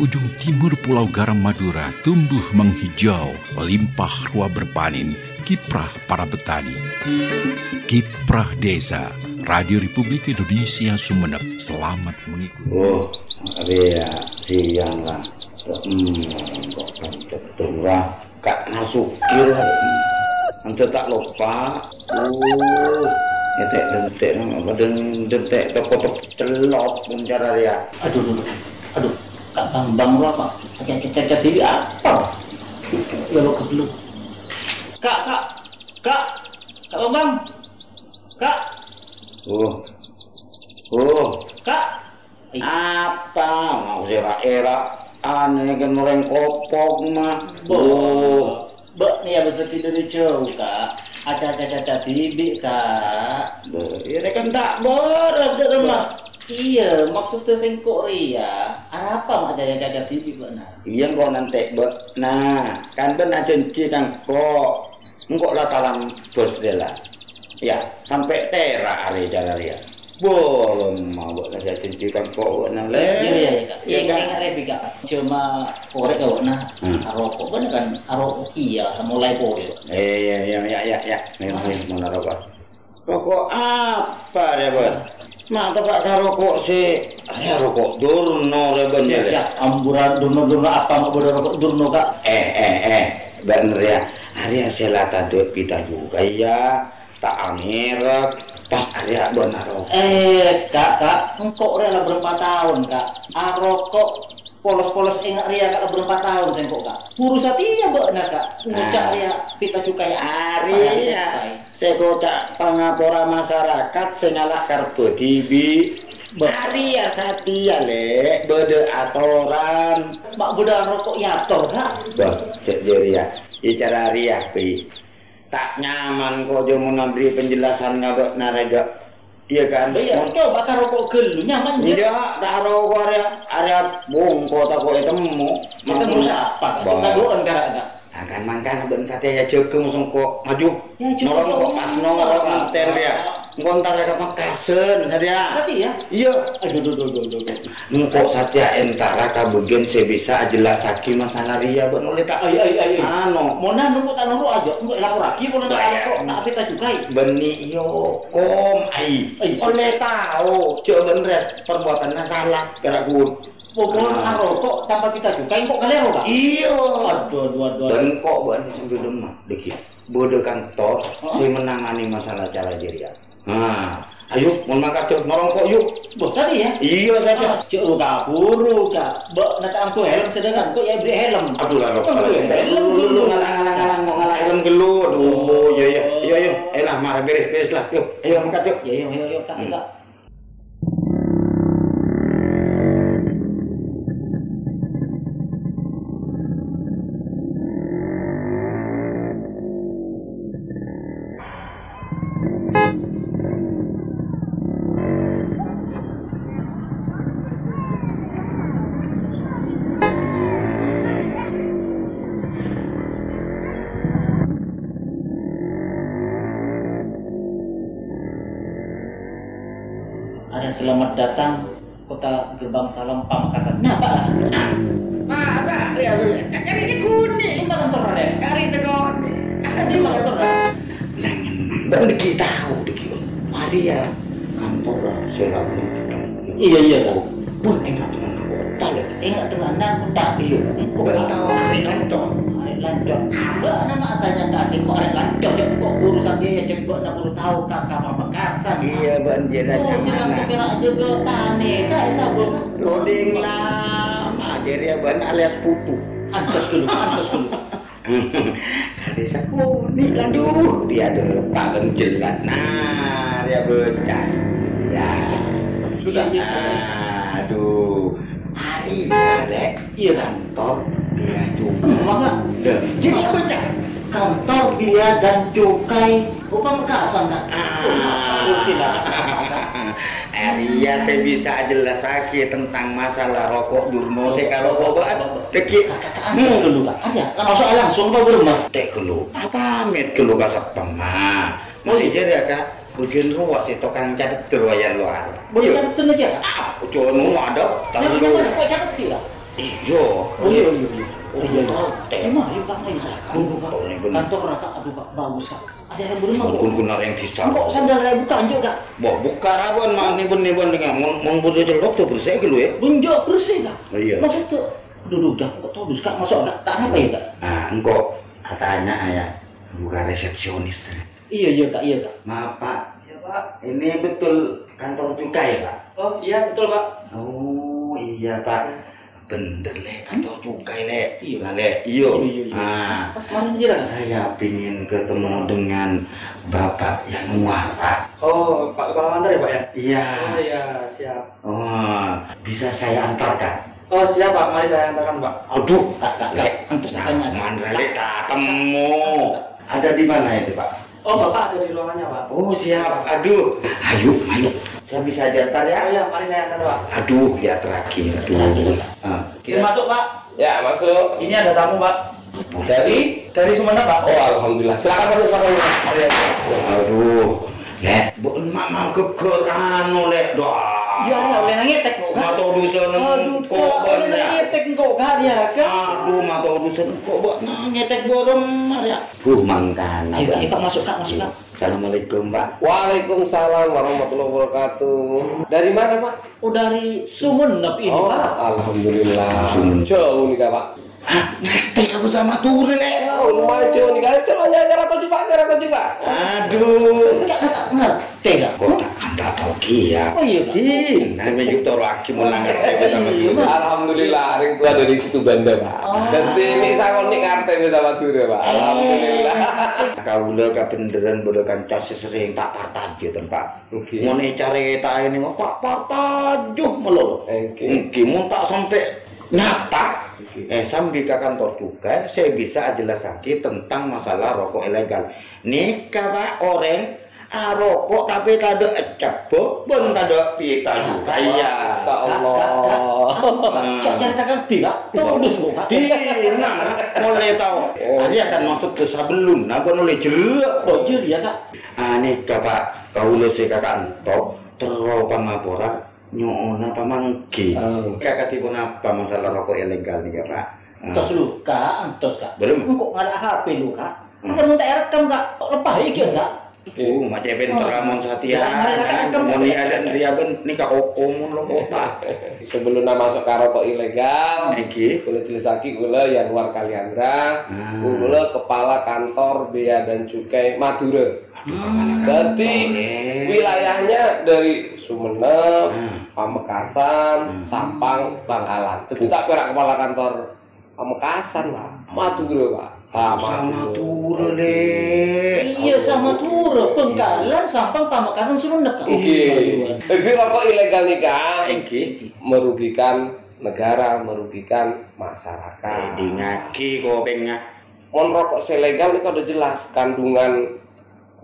ujung timur Pulau Garam Madura tumbuh menghijau, melimpah ruah berpanen, kiprah para petani. Kiprah Desa, Radio Republik Indonesia Sumeneb. Selamat mengikuti. Oh, iya, siang lah. Hmm, kok pancet turah, kak masuk kira. Anca tak lupa. Uh, detek detek nang badan detek toko telok pun cara dia. Aduh, aduh, aduh. Kak Bambang lu apa? Cacat-cacat diri apa? Ya lo kebelut. Kak, kak, kak, kak Bambang. Kak, Oh. Oh, kak. Ih, apa mau era-era aneh kan orang kopok mah. Oh, Mbak nih habis tidur di jauh kak. Ada cacat bibi kak. ini kan tak berat di rumah. Iya, maksudnya sing Korea. Apa mak ada cacat bibi kok nah? Iya kok nanti be. Nah, kan ben agensi kan kok. Engkau lah talam bos dela. Ya, sampai tera hari jalan ya. Boleh mau buat lah agensi kan kok nang le. Iya iya iya. Iya Iya kan. kan rebi kak. Cuma korek kau nah. Hmm. Aroko kan kan aroko iya mulai korek. Eh, Iya iya iya iya iya. Nih nih mau narokok. Rokok apa ya ben? Mak tepak karo rokok si. Ya rokok durno le ben ya. Ya, amburan durno durno apa nggak boleh rokok durno kak? Eh eh eh. Bener ya. Hari selatan duit kita juga ya. Tak angirek. Pas hari abon narokok. Eh kak kak, engkau rela berempat tahun kak. Aroko polos-polos ingat ria kak berempat tahun sengkok kak. Urus hati ya mbak nah kak. Ngucak Ah. ria kita cukai Ari ya, saya kodak pengapora masyarakat senyalah karbo TV. Ari ya satia le, bode atoran. Mak budak rokok yator kak. Bah, cek diri ya, bicara Ari ya, pi. Tak nyaman kok dia mau nambri penjelasan ngabak narega. Iya kan? Iya, coba kak rokok gelu nyaman ya. Iya, taro area area bongko tak kok ketemu. Kita ngurus apa? kak? Bah. Kita doan kak kak. Akan mangkan ben kate ya jogo mosong kok maju. Ya, jogo. Nolong kok pas nolong mantel ya. Engko entar ada mekasen sadya. Hati ya. Iya, Aduh, aduh, aduh, aduh, aduh. engko satya entara kabugen se bisa jelas aki masalah ria ben oleh tak Ayo, ayo, ayo. anu. Mona nunggu tak nunggu aja, nunggu lapor lagi, mona nak Bayar. rokok, nak kita juga. Beni yo kom ai. Ai. Oleh tahu coba ben res perbuatan salah gerak gur. Pokoknya Ah. nak rokok tanpa kita juga, kok kalian rokok? Iya. Aduh, aduh, aduh. aduh. Dan kok buat sambil lemah dikit. Bodoh kantor, si menangani masalah cara diri ya. Nah, ayo, mau makan tuh merongkok yuk. Bos, tadi ya? Iya saja. Ah, Cuk lu kak, buru kak. Bok, nak angku helm sedangkan, kok ya beli helm. Aduh lah, Angku helm lu dulu. ngalang-ngalang mau ngalah helm gelu. Aduh, iya iya, iya iya. Eh lah, marah beres beres lah. Yuk, ayo makan yuk. Ya, ya, ya, ya, kak, Hmm. kak. Ada selamat datang kota gerbang salam Pamekasan. Nah, pak lah. Marah dia weh. Kari Ini sekuning, mah kantor ada. kari sekone. Ini mah kantor ada. Dan dikit tahu dikit. Mari ya, kantor lah, saya lakukan itu. Iya, iya. Oh, pun ingat dengan kota lagi. Ingat tengah nan, tak. Iya, Kok bukan tahu? tahu hari kantor. Arek lancong. Mbak nama tanya tak sih kok arek lancong ya kok urusan dia ya jebok nak perlu tahu kakak Pamekasan. Iya, banjir Oh, yang silang mana? keperak juga tane. Kak sabun. Loading lama, jadi ban alias pupu. Antos dulu, antos dulu. Kali sakuni, aduh, dia ada pak jelat. Nah, dia bocah. Ya, Sudah. Nah, aduh. Hari balik Iya kan. kantor dia Iya juga. Maka Dah, Jadi bocah. kantor dia dan cukai upah Pamekasan kak. Aku tidak. Arya Ah. Eh, iya, saya bisa jelas lagi tentang masalah rokok durmo saya kalau bawaan dekik Kakak antos dulu kak. Ada. Kalau soal langsung kau berumah. tek kelu pamit kelu kasat pema mau aja ya kak bikin ruas itu kan cadet terwayan luar Boleh catat aja kak. aku cuma mau ada Jangan terlalu jangan kau catat tidak. Iya. Oh iya iya iya. Oh, Iya iya. teh. Emang yuk Pak ini saya. Aduh Pak. Oh, ini benar. Kantor rata aduh Pak bagus Pak. Ada yang belum Pak. Mungkin kunar yang disam. Kok sandal raya bukan juga? Wah, buka rabon mah nibun nibun dengan mau mau butuh celok tuh bersih gitu ya. Bunjuk bersih Pak. Iya. Maksud tuh. Duduk dah. Kok tahu Kak masuk enggak? Tak apa ya Kak? Ah, engkau katanya ya buka resepsionis. Iya iya Kak iya Kak. Maaf Pak. Ya Pak. Ini betul kantor cukai Pak. Oh iya betul Pak. Oh iya Pak. Bener le kantor cukai le. Iya. Lah le. Hmm? Iya. Iya, iya, iya. Ah. Pas kemarin aja Kak. Saya ingin ketemu dengan Bapak Yanuar, Pak. Oh Pak Kepala Kantor ya Pak ya. Iya. iya siap. Wah, bisa saya antarkan? Oh siap Pak. Mari saya antarkan Pak. Aduh, Kak Kak Kak. Lek, Antus tanya. mana Lek tak temu. Ada di mana itu, Pak? Oh Bapak ada di ruangannya Pak. Oh, siap. Aduh. Ayo, ayo. Saya bisa diantar ya? Ya mari saya antar Pak. Aduh, ya terakhir. Aduh. Ah, Sini kira- masuk Pak. Ya, masuk. Ini ada tamu Pak. Dari? Dari Sumeneb Pak. Oh, alhamdulillah. Silakan masuk, Pak. Mari, ya. Aduh. Lek, bu emak mangkep geran Lek. Dah. Ya, ya, boleh ngetek kok. Kak. Mata urusan Aduh, kok kok boleh banyak. ngetek kok Kak ya, Kak. Aduh, mata urusan kok buat ngetek borong Maria. Bu mangkan. Ayo, Kak, ayo, Kak, masuk, Kak, masuk, Kak. Iya. Assalamualaikum, Pak. Waalaikumsalam warahmatullahi wabarakatuh. Dari mana, Pak? Oh, dari Sumeneb ini oh, Pak. alhamdulillah. Sumeneb. Jauh nih, Kak, Pak. Hah, ngetek aku sama Turi, Lek. eh. Oh, lumayan jauh nih, Kak. Coba aja, acara coba, acara coba. Aduh. Enggak kata ngerti Kak. Kok tak ya? kandak tau kia. Oh iya Kak. Din, nama yuk toro aki mau nangkep aku sama Iya, Turi. Pak. Alhamdulillah, ring tua dari situ bandar, Pak. Oh. Dan ini saya konik RTB sama Dure, Pak. Alhamdulillah. Kau udah kabenderan bodoh kancah sesering tak partajo ten pak. Oke. Mau nih cari kita ini kok tak partajo melolo. Oke. Mungkin mau tak sampai nyata. Eh, sambil ke kantor juga, saya bisa jelas lagi tentang masalah rokok ilegal. Nikah pak orang ah, rokok tapi tak ada cebok pun tak ada pita Ah, juga iya. Masya Allah. Kak, ceritakan B Kak. Terus kok Kak. Di nah, mulai tahu. Oh. Hari akan maksud ke sebelum, nah kan oleh jeruk. Oh iya ya Kak. Aneh kakak, kau lu si kakak antok, teropang ngapora, nyona pamangki. Oh. Kakak tiba apa masalah rokok ilegal nih kakak? Ah. Terus lu Kak, antos Kak. Belum. Lu Kok nggak ada HP lu Kak? Hmm. Kan minta rekam Kak. Kok Lepas iki Kak. Oh, macam pentor Ramon Satya. Ya, mereka kan- Moni ada Andrea ben nika okomun lo kota. Sebelum nama masuk ke rokok ilegal, Niki. Kula Jelisaki kula Yanuar Kaliandra, Hmm. kula kepala kantor Bea dan Cukai Madura. Berarti Boleh. wilayahnya dari Sumeneb, Hmm. Pamekasan, Hmm. Sampang, Bangkalan. Jadi tak kira kepala kantor Pamekasan, Pak. Madura, Pak. Ah, Sama Madura. tura le. Iya sama Turo, Bengkalan, Sampang, Pamekasan, Sumeneb Kak. Oke. Jadi rokok ilegal nih, Kak. Niki. Merugikan negara, merugikan masyarakat. Di ngaki kok pengak. Mon rokok selegal itu udah jelas kandungan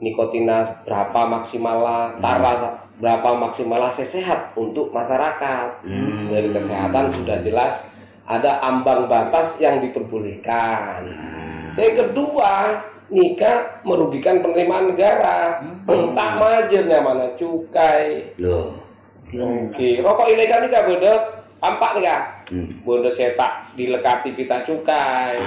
nikotina berapa maksimalnya, tara berapa maksimalnya sehat untuk masyarakat. Hmm. Dari kesehatan sudah jelas ada ambang batas yang diperbolehkan. Yang kedua, nikah merugikan penerimaan negara. Entah majernya mana cukai. Loh. Oke, rokok ilegal ini kan bodoh, tampak nih Kak. Hmm. Bondo tak dilekati pita cukai.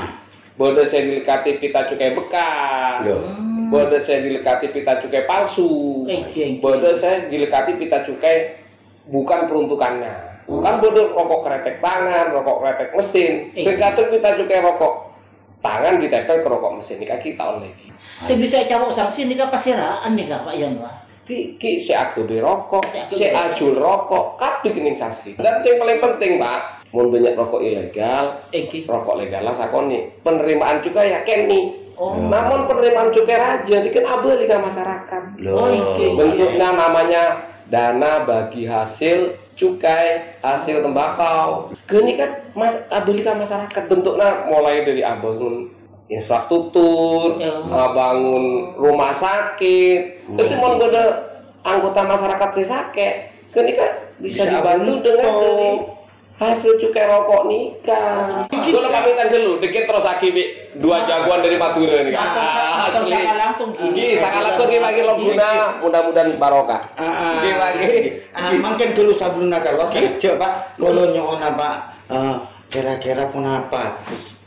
Bondo saya dilekati pita cukai bekas. Loh. Bondo saya dilekati pita cukai palsu. Oke. Bondo saya dilekati pita cukai bukan peruntukannya. Kan bondo rokok kretek tangan, rokok kretek mesin. Eh. Tergantung pita cukai rokok tangan ditempel ke rokok mesin. Ini kaki tahun lagi. Saya bisa cawok sanksi nih Kak pasiraan nih Kak Pak Yanwa. Ki si agobe rokok, Si si agobe. ajul rokok, kabeh kening sasi. Dan yang paling penting, Pak, mun banyak rokok ilegal, Oke. rokok legal lah sakoni penerimaan cukai ya keni Oh. namun penerimaan cukai raja ini kan abadi ke masyarakat Loh. Oke. bentuknya namanya dana bagi hasil cukai hasil tembakau kini kan mas abadi ke masyarakat bentuknya mulai dari abangun infrastruktur Ya. abangun rumah sakit itu mau gede anggota masyarakat sesake kini kan bisa, Bisa dibantu abang- dengan Oh. dari hasil cukai rokok nikah. Gue lo pamitan dulu, deket terus lagi Bi. dua jagoan dari Madura kan. Ah, nih. Matur, matur, Asli. saka lampung, Ki. Ki, saka lampung ki makin lo guna, mudah-mudahan barokah. Ah, Oke, ah, lagi. ah, mangkin dulu sablon nakal saya coba kalau nyonya pak eh, Kira-kira pun apa?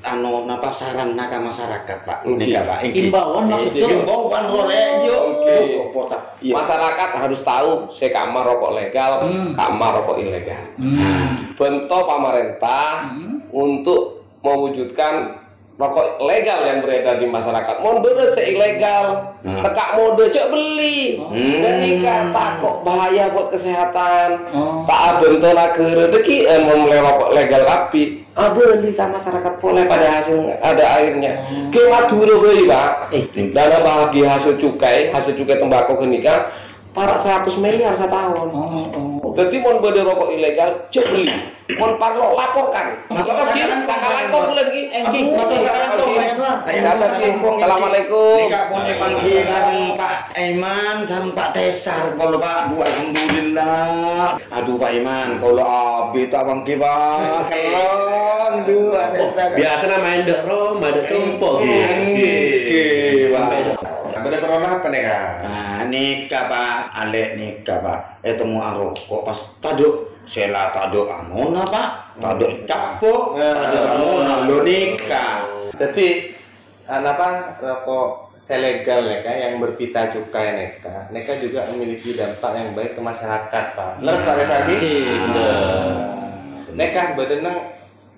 Anu napa saran naka masyarakat Pak? Oke. Ini Pak. Iki. Imbauan maksudnya. Imbauan boleh yo. Oke. Opo tak? Iya. Masyarakat harus tahu se kamar rokok legal, Hmm. kamar rokok ilegal. Hmm. Bentuk pemerintah Hmm. untuk mewujudkan rokok legal yang beredar di masyarakat. Mondone seilegal, Hmm. tekak mode cek beli. Hmm. Jadi kata kok bahaya buat kesehatan. Oh. Tak bentuk negara deki eh, mau mulai rokok legal api. Aduh, nanti kan masyarakat boleh pada hasil ada airnya. Hmm. Ke Madura beli pak. Eh, Dana bagi hasil cukai, hasil cukai tembakau kenika, para 100 miliar setahun. Oh, oh. Jadi mau beli rokok ilegal, cek beli. Mau parlo laporkan. Maka Maka sekarang sekarang sakalan kok bulan ini. Engki, maka sekarang kok bayar lah. Kesehatan, Ki. Assalamualaikum. Nika pun dipanggil sarang Pak Iman, sarang Pak Tesar, kalau Pak, Aduh, alhamdulillah. Aduh Pak Iman, kalau abi tak panggil Pak, kelon, dua Tesar. biasa main dok rom ada tumpo gitu. Oke, Pak. ada corona apa nih kak Nah, nikah Pak, alek nikah Pak. Eh temu aroko pas taduk, sela taduk anona Pak, taduk capok, taduk anona lo nikah. Ya, jadi kan apa rokok selegal neka yang berpita cukai neka neka juga memiliki dampak yang baik ke masyarakat pak Hmm. leres pak Kesaki neka badenang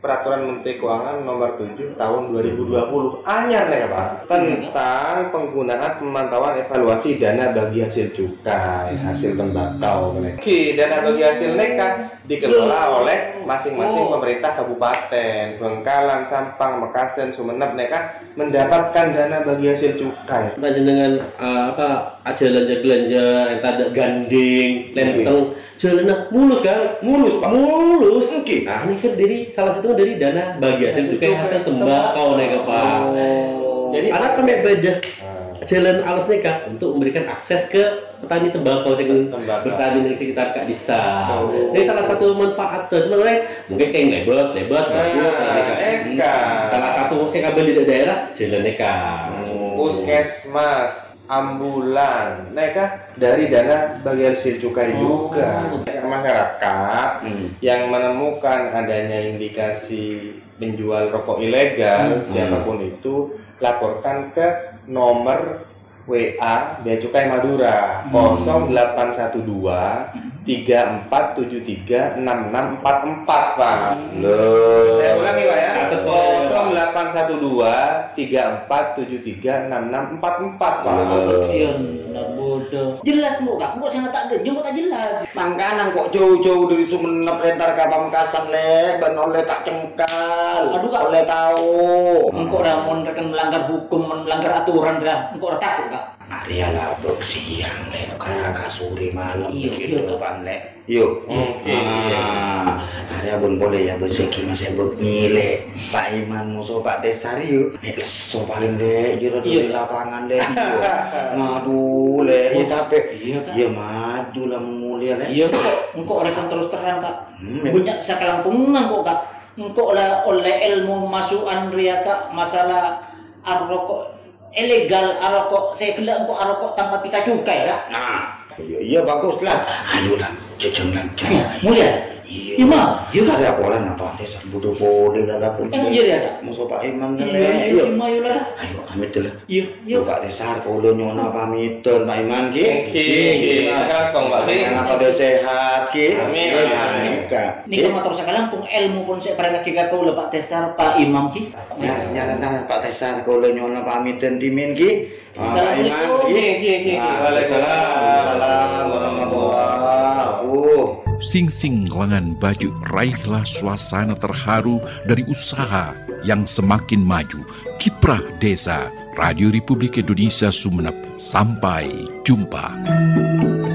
peraturan Menteri Keuangan nomor 7 tahun 2020 anyar neka pak tentang penggunaan pemantauan evaluasi dana bagi hasil cukai hasil tembakau neka dana bagi hasil neka dikelola oleh masing-masing pemerintah kabupaten Bengkalan, Sampang, Mekasen, Sumeneb neka mendapatkan dana bagi hasil cukai panjenengan uh, apa aja belanja belanja entah ada gandeng lenteng jalannya mulus kan Mulus Pak. mulus Oke. nah ini kan dari salah satunya dari dana bagi hasil cukai hasil tembakau nih pak Jadi anak akses. kami belajar Ah. jalan alus nih Kak, untuk memberikan akses ke petani tembakau sing Tembakau. petani di sekitar kak desa Oh. ini salah satu manfaat tuh cuma lain mungkin kayak nebet nebet Ah, Eka. salah satu saya kabel di daerah jalan nih Kak. puskesmas, ambulan, mereka dari dana bagian hasil cukai juga. Masyarakat yang menemukan adanya indikasi penjual rokok ilegal, siapapun itu, laporkan ke nomor WA Bea Cukai Madura 0812 3473 6644 Pak. Loh. Saya ulangi Pak ya. Catat, Pak. 0812 3473 6644 Pak. bodoh. Jelas muka, kok saya tak ada, jumpa tak jelas. Mangkanan kok jauh-jauh dari Sumenep rentar ke Pamekasan le, ben oleh tak cengkal, Aduh, Kak. oleh tahu. Engkau dah mau rekan melanggar hukum, melanggar aturan dah. Engkau dah takut dah. Maria labuk siang le, karena kasuri malam gitu, Iya, begitu iya, Kak. depan le. Yuk. iya, Ah, Arya pun boleh ya bezeki mas sebut milih Pak Iman musuh Pak Tesari yuk. Eh, leso paling le, jero di Iya. lapangan le. Ngadu le, ya tapi. Iya, Kak. Ya madu lah mulia le. Iya kok, engkau rekan terus terang kak. Hmm, ya. Banyak sakalang pengungan kok kak. Engkau lah oleh ilmu masukan ria kak masalah arokok ilegal arokok saya kira engkau arokok tanpa pika cukai kak. Nah, iya, iya bagus lah. Ayo lah, jejeng lah. Iya, mulia. Iya. Iya mau, iya kak. Ada apa lah napa desa budu bode dan apa? Kan iya ya kak. Musuh Pak Iman kan Iya, ya. iya, iya mau lah. Ayo amit dulu. Iya, iya. Yuk Pak Tesar kulo nyona pamitan Pak Iman ki. Oke, sekarang kong Pak. Anak pada sehat ki. Amin. Nikah. Ini kau motor sakalang pun ilmu pun saya pada kaki kau lepak tesar pak imam ki. Nyar nyar nyar Pak Tesar kulo nyona pamitan timin ki. Ah, Pak Iman ki. Ah, Waalaikumsalam warahmatullahi wabarakatuh. Sing-sing lengan baju raihlah suasana terharu dari usaha yang semakin maju. Kiprah Desa, Radio Republik Indonesia Sumeneb. Sampai jumpa.